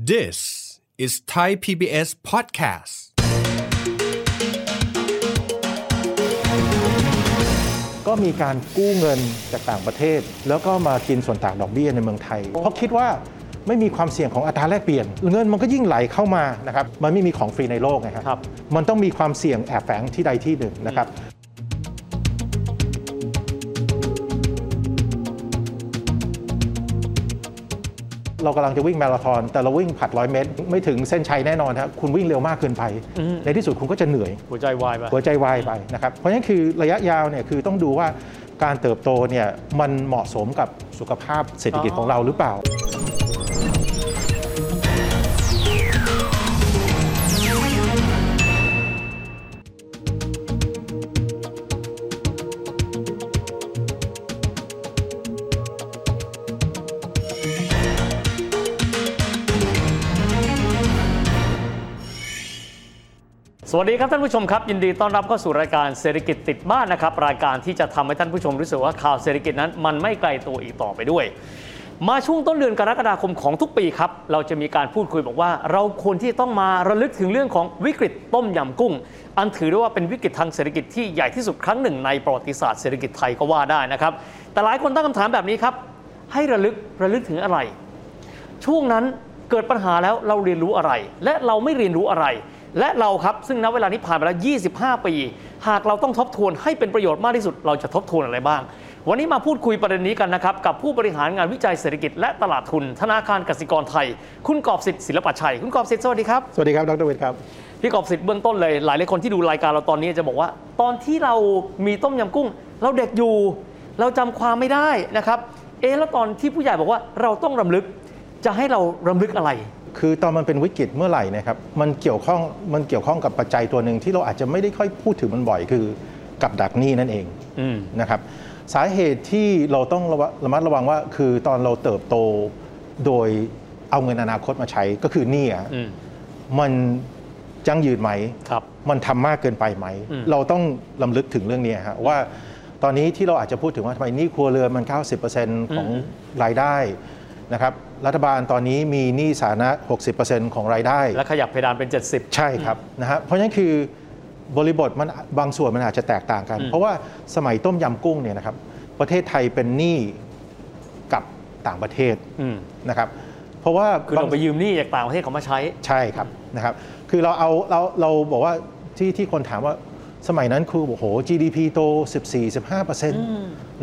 This is Thai PBS podcast. ก็มีการกู้เงินจากต่างประเทศ แล้วก็มากินส่วนต่างดอกเบี้ยในเมืองไทย เพราะคิดว่าไม่มีความเสี่ยงของอัตราแลกเปลี่ยน เงินมันก็ยิ่งไหลเข้ามานะครับมันไม่มีของฟรีในโลกไงครับ มันต้องมีความเสี่ยงแอบแฝงที่ใดที่หนึ่งนะครับ เรากำลังจะวิ่งมาราธอนแต่เราวิ่งผัดร้อยเมตร ไม่ถึงเส้นชัยแน่นอนครับคุณวิ่งเร็วมากเกินไป ในที่สุดคุณก็จะเหนื่อย หัวใจวายไป หัวใจวายไปนะครับ เพราะฉะนั้นคือระยะยาวเนี่ยคือต้องดูว่าการเติบโตเนี่ยมันเหมาะสมกับสุขภาพเศรษฐกิจ อ๋อ ของเราหรือเปล่า สวัสดีครับท่านผู้ชมครับ ยินดีต้อนรับเข้าสู่รายการเศรษฐกิจติดบ้านนะครับ รายการที่จะทำให้ท่านผู้ชมรู้สึกว่าข่าวเศรษฐกิจนั้นมันไม่ไกลตัวอีกต่อไปด้วย มาช่วงต้นเดือนกรกฎาคมของทุกปีครับ เราจะมีการพูดคุยบอกว่า เราควรที่ต้องมาระลึกถึงเรื่องของวิกฤตต้มยำกุ้ง อันถือได้ว่าเป็นวิกฤตทางเศรษฐกิจที่ใหญ่ที่สุดครั้งหนึ่งในประวัติศาสตร์เศรษฐกิจไทยก็ว่าได้นะครับแต่หลายคนตั้งคำถามแบบนี้ครับให้ระลึกระลึกถึงอะไร ช่วงนั้นเกิดปัญหาแล้วเราเรียนรู้อะไร และเราไม่เรียนรู้อะไร และเราครับซึ่งณเวลานี้ผ่านไปแล้ว 25 ปี หากเราต้องทบทวนให้เป็นประโยชน์มากที่สุด เราจะทบทวนอะไรบ้าง วันนี้มาพูดคุยประเด็นนี้กันนะครับ กับผู้บริหารงานวิจัยเศรษฐกิจและตลาดทุน ธนาคารกสิกรไทย คุณกอบสิทธิ์ศิลปชัย คุณกอบสิทธิ์สวัสดีครับ สวัสดีครับดรเวทครับ พี่กอบสิทธิ์เบื้องต้นเลยหลายหลายคนที่ดูรายการเราตอนนี้จะบอกว่า ตอนที่เรามีต้มยำกุ้ง เราเด็กอยู่ เราจำความไม่ได้นะครับ เอะแล้วตอนที่ผู้ใหญ่บอกว่าเราต้องรำลึกจะให้เรารำลึกอะไร คือตอนมันเป็นวิกฤตเมื่อไหร่นะครับมันเกี่ยวข้องมันเกี่ยวข้องกับปัจจัยตัวหนึ่งที่เราอาจจะไม่ได้ค่อยพูดถึงมันบ่อยคือกับดักหนี้นั่นเอง อืม นะครับสาเหตุที่เราต้องระวะระมัดระวังว่าคือตอนเราเติบโตโดยเอาเงินอนาคตมาใช้ก็คือหนี้อะ อืม มันจังยืดไหม ครับ มันทำมากเกินไปไหม อืม เราต้องลำลึกถึงเรื่องนี้ฮะว่าตอนนี้ที่เราอาจจะพูดถึงว่าทำไมหนี้ครัวเรือนมัน 90%ของรายได้นะครับรัฐบาลตอนนี้มีหนี้สาธารณะ 60%ของรายได้ และขยับเพดานเป็น ใช่ครับนะฮะเพราะฉะนั้นคือบริบทมันบางส่วนมันอาจจะแตกต่างกัน อืม เพราะว่าสมัยต้มยำกุ้งเนี่ยนะครับประเทศไทยเป็นหนี้กับต่างประเทศ 70อืม นะครับเพราะว่า คือเราไปยืมหนี้จากต่างประเทศเขามาใช้ ใช่ครับนะครับคือเราเอาเราเราบอกว่าที่ที่คนถามว่าสมัยนั้นคือโอ้โห GDP โต 14-15%น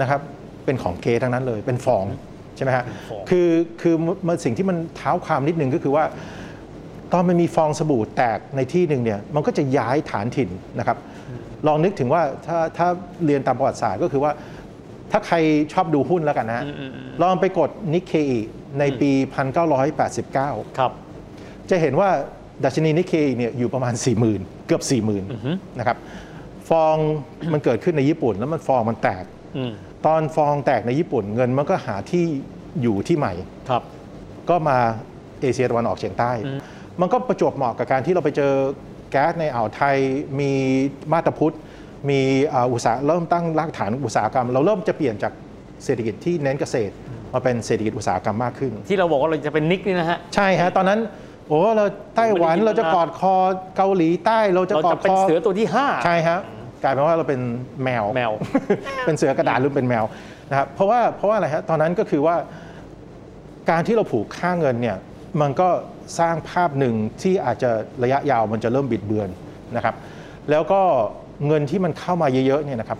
ะครับเป็นของเกทั้งนั้นเลยเป็นฟองใช่ไหมฮะ ฟอง คือคือมันสิ่งที่มันเท้าความนิดนึงก็คือว่า ตอนมันมีฟองสบู่แตกในที่หนึ่งเนี่ยมันก็จะย้ายฐานถิ่นนะครับ ลองนึกถึงว่าถ้าถ้าเรียนตามประวัติศาสตร์ก็คือว่า ถ้าใครชอบดูหุ้นแล้วกันนะฮะ อืมอืมอืม ลองไปกดนิกเคอีในปี 1989 ครับ จะเห็นว่าดัชนีนิกเคอีเนี่ยอยู่ประมาณ 40,000 เกือบ อือฮึ 40,000นะครับฟองมันเกิดขึ้นในญี่ปุ่น แล้วมันฟองมันแตก อืม ตอนฟองแตกในญี่ปุ่นเงินมันก็หาที่อยู่ที่ใหม่ ครับ ก็มาเอเชียตะวันออกเฉียงใต้ อืม มันก็ประจวบเหมาะกับการที่เราไปเจอแก๊สในอ่าวไทย มีมาตาพุทธมีอ่าอุตสาหเริ่มตั้งรากฐานอุตสาหกรรม เราเริ่มจะเปลี่ยนจากเศรษฐกิจที่เน้นเกษตร มาเป็นเศรษฐกิจอุตสาหกรรมมากขึ้น ที่เราบอกว่าเราจะเป็นนิกนี่นะฮะ ใช่ฮะ ตอนนั้น โอ้เราไต้หวัน ไม่ได้ยิน เราจะกอดคอเกาหลีใต้เราจะ เรา กอ จะ ด เป็ คน อ เสือตัวที่ห้า ใช่ฮะกลายเป็นว่าเราเป็นแมว แมว เป็นเสือกระดาษหรือเป็นแมวนะครับเพราะว่าเพราะว่าอะไรฮะตอนนั้นก็คือว่าการที่เราผูกค่าเงินเนี่ยมันก็สร้างภาพหนึ่งที่อาจจะระยะยาวมันจะเริ่มบิดเบือนนะครับแล้วก็เงินที่มันเข้ามาเยอะๆเนี่ยนะครับ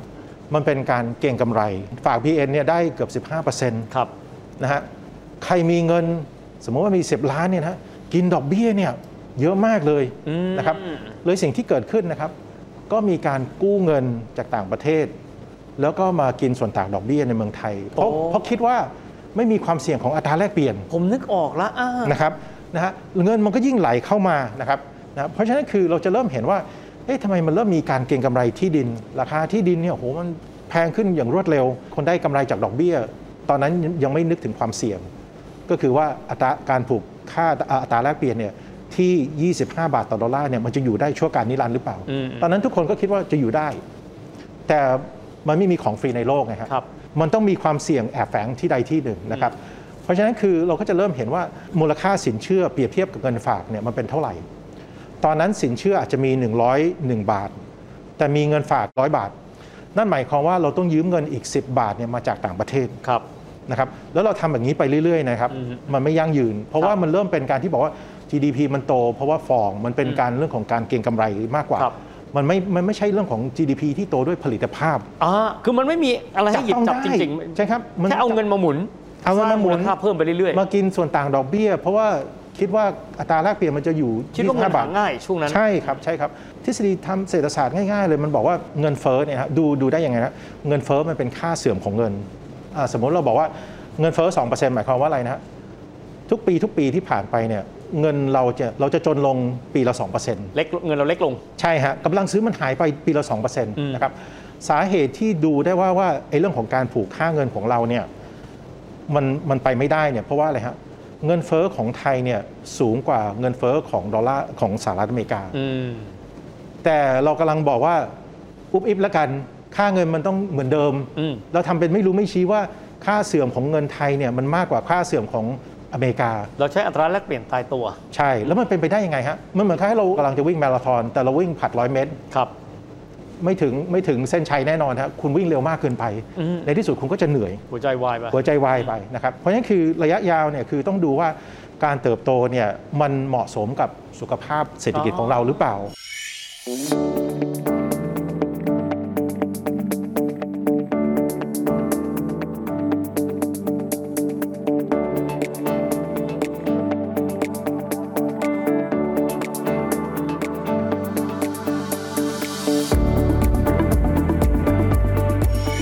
มันเป็นการเก่งกำไร ฝาก PN เนี่ยได้เกือบ 15%น ครับ ะฮะใครมีเงินสมมติว่ามี 10 ล้านเนี่ยนะฮะกินดอกเบี้ยเนี่ยเยอะมากเลย อืม นะครับเลยสิ่งที่เกิดขึ้นนะครับ ก็มีการกู้เงินจากต่างประเทศ แล้วก็มากินส่วนต่างดอกเบี้ยในเมืองไทย เพราะ โอ้ เพราะคิดว่าไม่มีความเสี่ยงของอัตราแลกเปลี่ยน ผมนึกออกละอ่า นะครับนะฮะเงินมันก็ยิ่งไหลเข้ามานะครับนะเพราะฉะนั้นคือเราจะเริ่มเห็นว่าเอ๊ะทำไมมันเริ่มมีการเก็งกำไรที่ดิน ราคาที่ดินเนี่ยโอ้โหมันแพงขึ้นอย่างรวดเร็ว คนได้กำไรจากดอกเบี้ย ตอนนั้นยังไม่นึกถึงความเสี่ยง ก็คือว่าอัตราการผูกค่าอ่าอัตราแลกเปลี่ยนเนี่ยที่ 25 บาทต่อดอลลาร์เนี่ยมันจะอยู่ได้ชั่วการนิรันดร์หรือเปล่า อืม ตอนนั้นทุกคนก็คิดว่าจะอยู่ได้ แต่มันไม่มีของฟรีในโลกไงฮะ ครับ มันต้องมีความเสี่ยงแอบแฝงที่ใดที่หนึ่งนะครับ เพราะฉะนั้นคือเราก็จะเริ่มเห็นว่ามูลค่าสินเชื่อเปรียบเทียบกับเงินฝากเนี่ยมันเป็นเท่าไหร่ ตอนนั้นสินเชื่ออาจจะมี 101 บาท แต่มีเงินฝาก 100 บาท นั่นหมายความว่าเราต้องยืมเงินอีก 10 บาทเนี่ยมาจากต่างประเทศ ครับ นะครับแล้วเราทำแบบนี้ไปเรื่อยๆนะครับ อืม มันไม่ยั่งยืน เพราะ ครับ ว่ามันเริ่มเป็นการที่บอกว่า GDP มันโต เพราะว่าฟองมันเป็นการเรื่องของการเก็งกำไรมากกว่า ครับ มันไม่มันไม่ใช่เรื่องของ GDP ที่โตด้วยผลิตภาพ อ่าคือมันไม่มีอะไรให้หยิบ ต้อง จับ ได้ จริง ใช่ครับ ๆแค่เอาเงินมาหมุน เอาเงินมาหมุ ส น ร้งค่าเพิ่มไปเรื่อย มากินส่วนต่างดอกเบี้ย เพราะว่าคิดว่าอัตราแลกเปลี่ยนมันจะอยู่ ๆคิดว่าเงิน 25บา หา ท ง่ายช่วงนั้น ใช่ครับใช่ครับทฤษฎีทำเศรษฐศาสตร์ง่ายๆเลยมันบอกว่าเงินเฟ้อเนี่ยฮะดูดูได้ยังไงนะเงินเฟ้อมันเป็นค่าเสื่อมของเงินอ่าสมมติเราบอกว่าเงินเฟ้อสองเปอร์เซ็นต์หมายความว่าอะไรนะฮะทุกปีทุกปีที่ผ่านไปเนี่ยเงินเราจะเราจะจนลงปีละสองเปอร์เซ็นต์ เล็กเงินเราเล็กลง ใช่ฮะกำลังซื้อมันหายไปปีละสองเปอร์เซ็นต์นะครับสาเหตุที่ดูได้ว่าว่าไอ้เรื่องของการผูกค่าเงินของเราเนี่ยมันมันไปไม่ได้เนี่ยเพราะว่าอะไรฮะเงินเฟ้อของไทยเนี่ยสูงกว่าเงินเฟ้อของดอลลาร์ของสหรัฐอเมริกา อืม แต่เรากำลังบอกว่าอุบอิบแล้วกัน ค่าเงินมันต้องเหมือนเดิม อืม เราทำเป็นไม่รู้ไม่ชี้ว่าค่าเสื่อมของเงินไทยเนี่ยมันมากกว่าค่าเสื่อมของอเมริกา เราใช้อัตราแลกเปลี่ยนตายตัว ใช่ แล้วมันเป็นไปได้ยังไงฮะ มันเหมือนกับให้เรากำลังจะวิ่งมาราธอน แต่เราวิ่งผัดร้อยเมตร ครับ ไม่ถึงไม่ถึงเส้นชัยแน่นอนฮะคุณวิ่งเร็วมากเกินไป อืม ในที่สุดคุณก็จะเหนื่อย หัวใจวายไป หัวใจวายไปนะครับ เพราะฉะนั้นคือระยะยาวเนี่ยคือต้องดูว่าการเติบโตเนี่ยมันเหมาะสมกับสุขภาพเศรษฐกิจของเราหรือเปล่า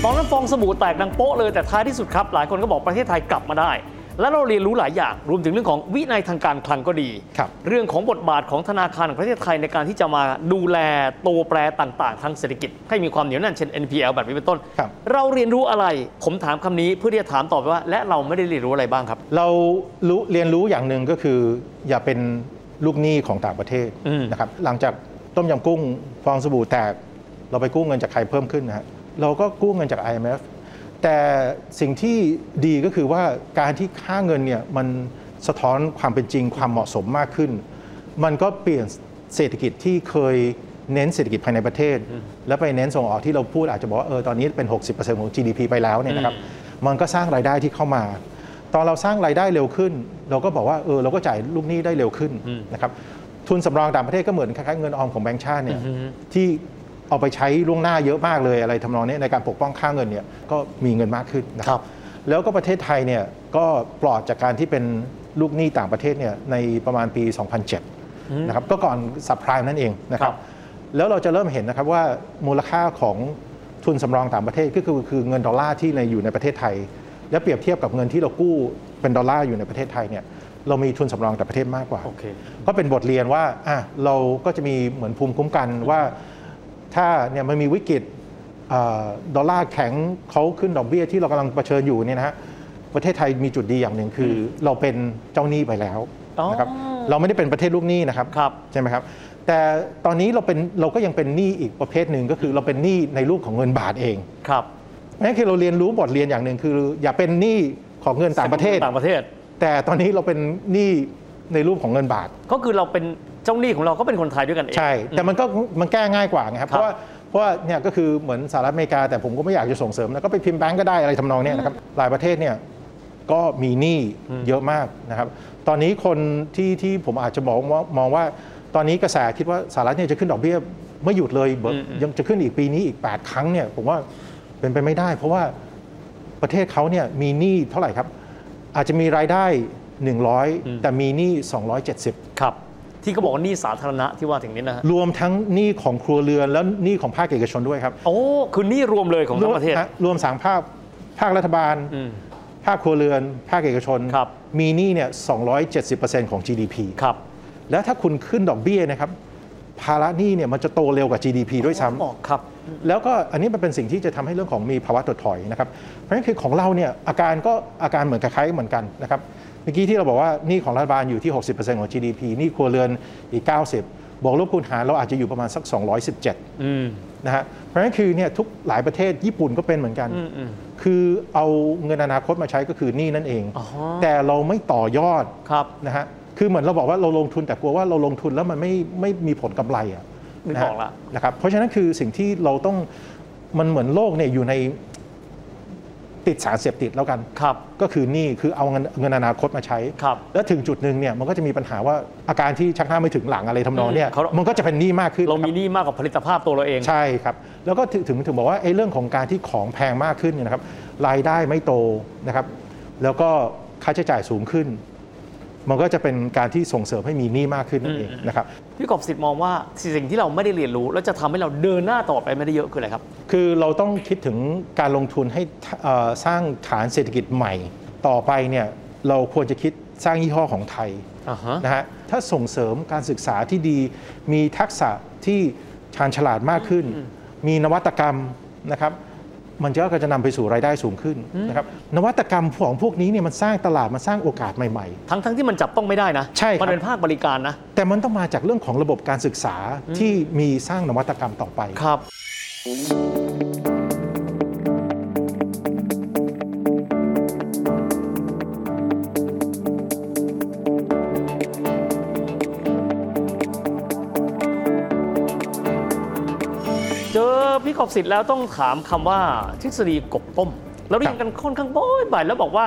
ตอนนั้นฟองสบู่แตกดังโป๊ะเลยแต่ท้ายที่สุดครับ หลายคนก็บอกประเทศไทยกลับมาได้ และเราเรียนรู้หลายอย่างรวมถึงเรื่องของวินัยทางการคลังก็ดี ครับ เรื่องของบทบาทของธนาคารของประเทศไทยในการที่จะมาดูแลตัวแปรต่างๆ ทางเศรษฐกิจ ให้มีความเหนียวแน่นเช่น NPL แบบนี้เป็นต้น ครับ เราเรียนรู้อะไรผมถามคำนี้เพื่อที่จะถามต่อไปว่า และเราไม่ได้เรียนรู้อะไรบ้างครับ เรารู้เรียนรู้อย่างหนึ่งก็คือ อย่าเป็นลูกหนี้ของต่างประเทศ อืม นะครับหลังจากต้มยำกุ้งฟองสบู่แตก เราไปกู้เงินจากใครเพิ่มขึ้นนะฮะเราก็กู้เงินจาก IMF แต่สิ่งที่ดีก็คือว่าการที่ค่าเงินเนี่ยมันสะท้อนความเป็นจริงความเหมาะสมมากขึ้น มันก็เปลี่ยนเศรษฐกิจที่เคยเน้นเศรษฐกิจภายในประเทศ แล้วไปเน้นส่งออกที่เราพูดอาจจะบอกว่าเออตอนนี้เป็น 60%ของ GDP ไปแล้วเนี่ยนะครับมันก็สร้างรายได้ที่เข้ามา ตอนเราสร้างรายได้เร็วขึ้น เราก็บอกว่าเออเราก็จ่ายลูกหนี้ได้เร็วขึ้นนะครับทุนสำรองต่างประเทศก็เหมือนคล้ายๆเงินออมของแบงก์ชาติเนี่ยที่เอาไปใช้ล่วงหน้าเยอะมากเลยอะไรทำนองเนี้ยในการปกป้องค่าเงินเนี่ยก็มีเงินมากขึ้นนะค ครั รับ บ แล้วก็ประเทศไทยเนี่ยก็ปลอดจากการที่เป็นลูกหนี้ต่างประเทศเนี่ยในประมาณปี 2007 นะครับก็ก่อนสับพรามนั่นเองนะค ครั รับ บ แล้วเราจะเริ่มเห็นนะครับว่ามูลค่าของทุนสำรองต่างประเทศก็คือคือเงินดอลลาร์ที่ในอยู่ในประเทศไทย และเปรียบเทียบกับเงินที่เรากู้เป็นดอลลาร์อยู่ในประเทศไทยเนี่ยเรามีทุนสำรองต่างประเทศมากกว่า โอเค ก็เป็นบทเรียนว่าอ่ะเราก็จะมีเหมือนภูมิคุ้มกันว่าถ้าเนี่ยมันมีวิกฤตเอ่อดอลลาร์แข็งเขาขึ้นดอกเบี้ยที่เรากำลังเผชิญอยู่เนี่ยนะฮะประเทศไทยมีจุดดีอย่างหนึ่งคือ เราเป็นเจ้าหนี้ไปแล้วนะครับ อ๋อ เราไม่ได้เป็นประเทศลูกหนี้นะครับ ครับ ใช่ไหมครับ แต่ตอนนี้เราเป็นเราก็ยังเป็นหนี้อีกประเภทหนึ่งก็คือเราเป็นหนี้ในรูปของเงินบาทเอง ครับ นั่นคือเราเรียนรู้บทเรียนอย่างหนึ่งคือ อย่าเป็นหนี้ของเงินต่างประเทศ ต่างประเทศ แต่ตอนนี้เราเป็นหนี้ในรูปของเงินบาท ก็คือเราเป็นเจ้าหนี้ของเราก็เป็นคนไทยด้วยกันเอง ใช่ แต่มันก็มันแก้ง่ายกว่าไงครับ ครัเพบราะว่าเพราะว่าเนี่ยก็คือเหมือนสหรัฐอเมริกา แต่ผมก็ไม่อยากจะส่งเสริมนะก็ไปพิมพ์แบงก์ก็ได้อะไรทำนองเนี้ยนะครับหลายประเทศเนี่ยก็มีหนี้เยอะมากนะครับ ตอนนี้คนที่ที่ผมอาจจะมองว่ามองว่าตอนนี้กระแสคิดว่าสหรัฐเนี่ยจะขึ้นดอกเบี้ยไม่หยุดเลยแบบยังจะขึ้นอีกปีนี้อีก 8 ครั้งเนี่ยผมว่าเป็นไปไม่ได้ เพราะว่าประเทศเขาเนี่ยมีหนี้เท่าไหร่ครับ อาจจะมีรายได้ 100 แต่มีหนี้270 ครับ ที่เขาบอกว่าหนี่สาธารณะที่ว่าถึงนี้นะฮะ รวมทั้งหนี้ของครัวเรือนและหนี้ของภาคเอกชนด้วยครับ โอ้คือหนี่รวมเลยของทั้งประเทศ ฮรวมสามภาคภาครัฐบาล อืม ภาคครัวเรือน ภาคเอกชน ครับ มีหนี้เนี่ย270%ของ GDP ครับ แล้วถ้าคุณขึ้นดอกเบี้ยนะครับ ภาระหนี้เนี่ยมันจะโตเร็วกว่า GDP ด้วยซ้ำ ออกครับ แล้วก็อันนี้มันเป็นสิ่งที่จะทำให้เรื่องของมีภาวะถดถอยนะครับ เพราะฉะนั้นคือของเราเนี่ยอาการก็อาการเหมือนคล้ายๆเหมือนกันนะครับ เมื่อกี้ที่เราบอกว่าหนี่ของรัฐบาลอยู่ที่ 60%ของ GDP หนี่ครัวเรือนอีก 90 บอกลบคูณหารเราอาจจะอยู่ประมาณสัก 217 อืม นะฮะเพราะฉะนั้นคือเนี่ยทุกหลายประเทศญี่ปุ่นก็เป็นเหมือนกัน อืมอืม คือเอาเงินอนาคตมาใช้ก็คือหนี้นั่นเอง อ๋อ แต่เราไม่ต่อยอด ครับ นะฮะคือเหมือนเราบอกว่าเราลงทุนแต่กลัวว่าเราลงทุนแล้วมันไม่ไม่มีผลกำไรอ่ะ นึก นะฮะ ออกละ นะครับเพราะฉะนั้นคือสิ่งที่เราต้องมันเหมือนโลกเนี่ยอยู่ในติดสารเสพติดแล้วกัน ครับ ก็คือหนี้คือเอาเงินเงินอนาคตมาใช้ ครับ แล้วถึงจุดหนึ่งเนี่ยมันก็จะมีปัญหาว่าอาการที่ชักหน้าไม่ถึงหลังอะไรทำนองเนี่ย อืมเขา มันก็จะเป็นหนี้มากขึ้น เรา ค มี บ หนี้มากกว่าผลิตภาพตัวเราเอง ใช่ครับ แล้วก็ถึงถึงถึงบอกว่าไอ้เรื่องของการที่ของแพงมากขึ้นเนี่ยนะครับรายได้ไม่โตนะครับ แล้วก็ค่าใช้จ่ายสูงขึ้น มันก็จะเป็นการที่ส่งเสริมให้มีหนี้มากขึ้นนั่นเองนะครับ พี่กบสิทธิ์มองว่าสิ่งที่เราไม่ได้เรียนรู้ แล้วจะทำให้เราเดินหน้าต่อไปไม่ได้เยอะคืออะไรครับ คือเราต้องคิดถึงการลงทุนให้เอ่อสร้างฐานเศรษฐกิจใหม่ ต่อไปเนี่ยเราควรจะคิดสร้างยี่ห้อของไทย อ่าฮะ นะฮะถ้าส่งเสริมการศึกษาที่ดีมีทักษะที่ชาญฉลาดมากขึ้น มีนวัตกรรมนะครับ มันจะก็จะนำไปสู่รายได้สูงขึ้นนะครับนวัตกรรมของพวกนี้เนี่ยมันสร้างตลาดมันสร้างโอกาสใหม่ ทั้งทั้งที่มันจับต้องไม่ได้นะ ใช่ครับ มันเป็นภาคบริการนะ ๆ แต่มันต้องมาจากเรื่องของระบบการศึกษาที่มีสร้างนวัตกรรมต่อไป ครับ เจอพี่กบสิทธิ์แล้วต้องถามคำว่าทฤษฎีกบต้ม เราเรียนกันค่อนข้างบ่อยบ่อยๆแล้วบอกว่า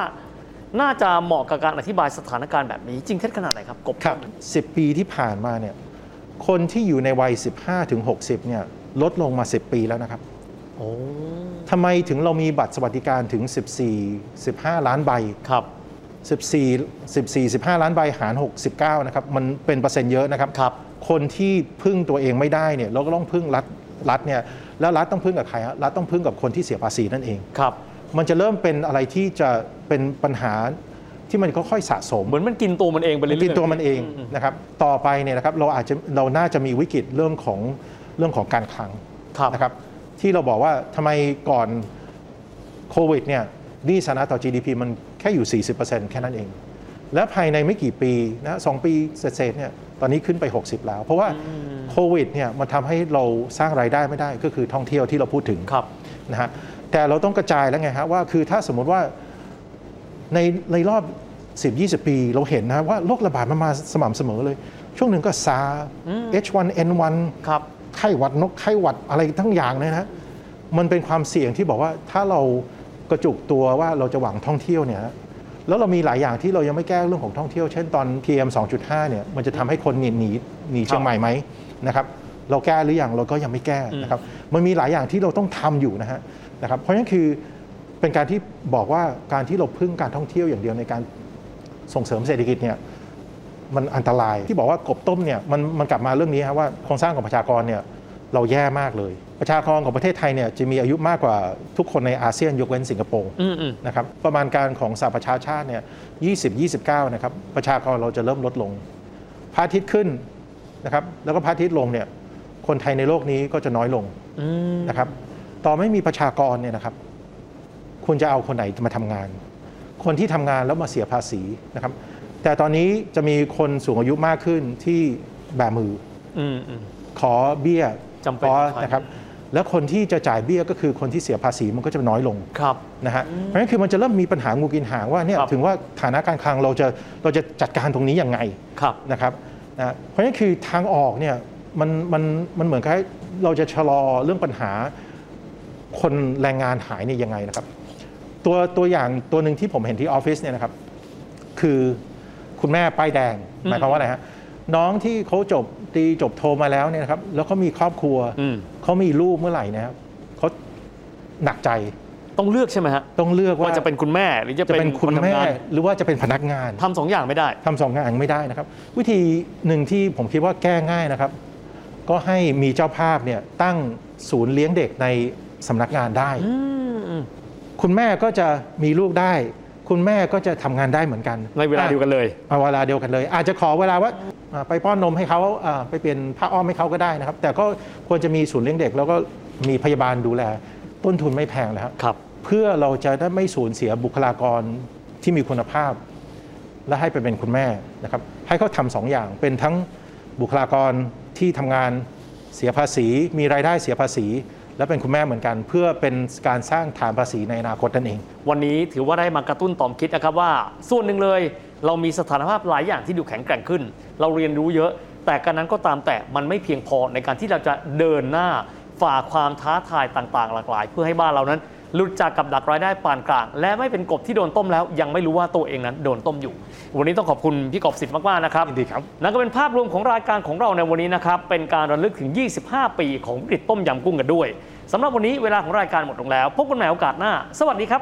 น่าจะเหมาะกับการอธิบายสถานการณ์แบบนี้ จริงเท็จขนาดไหนครับ กบ ครั ต้ม บ 10 ปีที่ผ่านมาเนี่ย คนที่อยู่ในวัย 15ถึง60เนี่ยลดลงมา 10 ปีแล้วนะครับ โอ้ ทำไมถึงเรามีบัตรสวัสดิการถึง 14 15 ล้านใบ ครับ 14 14 15 ล้านใบหาร 69 นะครับ มันเป็นเปอร์เซ็นต์เยอะนะครับ ครับ คนที่พึ่งตัวเองไม่ได้เนี่ยเราก็ต้องพึ่งรัฐรัฐเนี่ยแล้วรัฐต้องพึ่งกับใครฮะรัฐต้องพึ่งกับคนที่เสียภาษีนั่นเอง ครับ มันจะเริ่มเป็นอะไรที่จะเป็นปัญหาที่มันค่อยๆสะสม เหมือนมันกินตัวมันเองไปเรื่อยๆ กินตัวมันเองนะครับต่อไปเนี่ยนะครับเราอาจจะเราน่าจะมีวิกฤตเรื่องของเรื่องของการคลัง ครับ นะครับที่เราบอกว่าทำไมก่อนโควิดเนี่ยหนี้สาธารณะต่อ GDP มันแค่อยู่ 40%แค่นั้นเอง และภายในไม่กี่ปีนะสองปีเศษๆเนี่ยตอนนี้ขึ้นไป 60 แล้ว เพราะว่าโควิดเนี่ยมันทำให้เราสร้างรายได้ไม่ได้ก็คือท่องเที่ยวที่เราพูดถึง ครับ นะฮะแต่เราต้องกระจายแล้วไงฮะว่าคือถ้าสมมติว่าในในรอบ 10-20 ปีเราเห็นนะว่าโรคระบาดมันมาสม่ำเสมอเลย ช่วงหนึ่งก็ซา H1N1 ครับ ไข้หวัดนกไข้หวัดอะไรทั้งอย่างเลยนะ มันเป็นความเสี่ยงที่บอกว่าถ้าเรากระจุกตัวว่าเราจะหวังท่องเที่ยวเนี่ยแล้วเรามีหลายอย่างที่เรายังไม่แก้เรื่องของท่องเที่ยว เช่นตอน PM 2.5เนี่ยมันจะทำให้คนหนีหนีหนีเชียงใหม่ไหมนะครับเราแก้หรือยังเราก็ยังไม่แก้นะครับมันมีหลายอย่างที่เราต้องทำอยู่นะฮะนะครับเพราะฉะนั้นคือเป็นการที่บอกว่าการที่เราพึ่งการท่องเที่ยวอย่างเดียวในการส่งเสริมเศรษฐกิจเนี่ย มันอันตรายที่บอกว่ากบต้มเนี่ยมันมันกลับมาเรื่องนี้ครับว่าโครงสร้างของประชากรเนี่ยเราแย่มากเลย ประชากรของประเทศไทยเนี่ยจะมีอายุมากกว่าทุกคนในอาเซียนยกเว้นสิงคโปร์ อืมอืม นะครับประมาณการของสหประชาชาติเนี่ย20 29นะครับประชากรเราจะเริ่มลดลงพระอาทิตย์ขึ้นนะครับแล้วก็พระอาทิตย์ลงเนี่ยคนไทยในโลกนี้ก็จะน้อยลง อืม นะครับต่อไม่มีประชากรเนี่ยนะครับคุณจะเอาคนไหนมาทำงาน คนที่ทำงานแล้วมาเสียภาษีนะครับ แต่ตอนนี้จะมีคนสูงอายุมากขึ้นที่แบมือ อืมอืม ขอเบี้ย จำเป็น ขอ ต้องใช้ นะครับ แล้วคนที่จะจ่ายเบี้ยก็คือคนที่เสียภาษีมันก็จะน้อยลง ครับ นะฮะเพราะฉะนั้นคือมันจะเริ่มมีปัญหางูกินหางว่าเนี่ย ครับ ถึงว่าฐานะการคลังเราจะเราจะจัดการตรงนี้ยังไง ครับ นะครับนะเพราะฉะนั้นคือทางออกเนี่ยมันมันมันเหมือนกับเราจะชะลอเรื่องปัญหาคนแรงงานหายเนี่ยยังไงนะครับ ตัวตัวอย่างตัวหนึ่งที่ผมเห็นที่ออฟฟิศเนี่ยนะครับ คือคุณแม่ป้ายแดงหมายความว่าอะไรฮะน้องที่เขาจบตรีจบโทมาแล้วเนี่ยนะครับ แล้วเขามีครอบครัว อืม เขามีลูกเมื่อไหร่นะครับเขาหนักใจ ต้องเลือกใช่ไหมฮะ ต้องเลือก ว่า ว่า จะเป็นคุณแม่หรือจะ จะ เป็ เป็นนคุณ นทำ แม่ งาน หรือว่าจะเป็นพนักงาน ทำสองอย่างไม่ได้ ทำสองงานไม่ได้นะครับ วิธีหนึ่งที่ผมคิดว่าแก้ง่ายนะครับ ก็ให้มีเจ้าภาพเนี่ยตั้งศูนย์เลี้ยงเด็กในสำนักงานได้ อืมอืม คุณแม่ก็จะมีลูกได้ คุณแม่ก็จะทำงานได้เหมือนกัน ในเวลาเดียวกันเลย เอาเวลาเดียวกันเลย อาจจะขอเวลาว่าอ่าไปป้อนนมให้เขาอ่าไปเปลี่ยนผ้าอ้อมให้เขาก็ได้นะครับ แต่ก็ควรจะมีศูนย์เลี้ยงเด็ก แล้วก็มีพยาบาลดูแล ต้นทุนไม่แพงเลยครับ ครับ เพื่อเราจะได้ไม่สูญเสียบุคลากรที่มีคุณภาพ และให้ไปเป็นคุณแม่นะครับ ให้เขาทำสองอย่างเป็นทั้งบุคลากรที่ทำงานเสียภาษี มีรายได้เสียภาษี และเป็นคุณแม่เหมือนกัน เพื่อเป็นการสร้างฐานภาษีในอนาคตนั่นเอง วันนี้ถือว่าได้มากระตุ้นต่อมคิดนะครับว่า ส่วนหนึ่งเลย เรามีสถานภาพหลายอย่างที่ดูแข็งแกร่งขึ้น เราเรียนรู้เยอะ แต่การนั้นก็ตามแต่มันไม่เพียงพอในการที่เราจะเดินหน้าฝ่าความท้าทายต่างๆ หลากหลาย เพื่อให้บ้านเรานั้น หลุดจากกับดักรายได้ปานกลาง และไม่เป็นกบที่โดนต้มแล้ว ยังไม่รู้ว่าตัวเองนั้นโดนต้มอยู่ วันนี้ต้องขอบคุณพี่กบสิทธิ์มากๆนะครับ ยินดีครับ นั่นก็เป็นภาพรวมของรายการของเราในวันนี้นะครับ เป็นการระลึกถึง 25 ปีของวิกฤตต้มยำกุ้งกันด้วยสำหรับวันนี้เวลาของรายการหมดลงแล้ว พบกันใหม่โอกาสหน้า สวัสดีครับ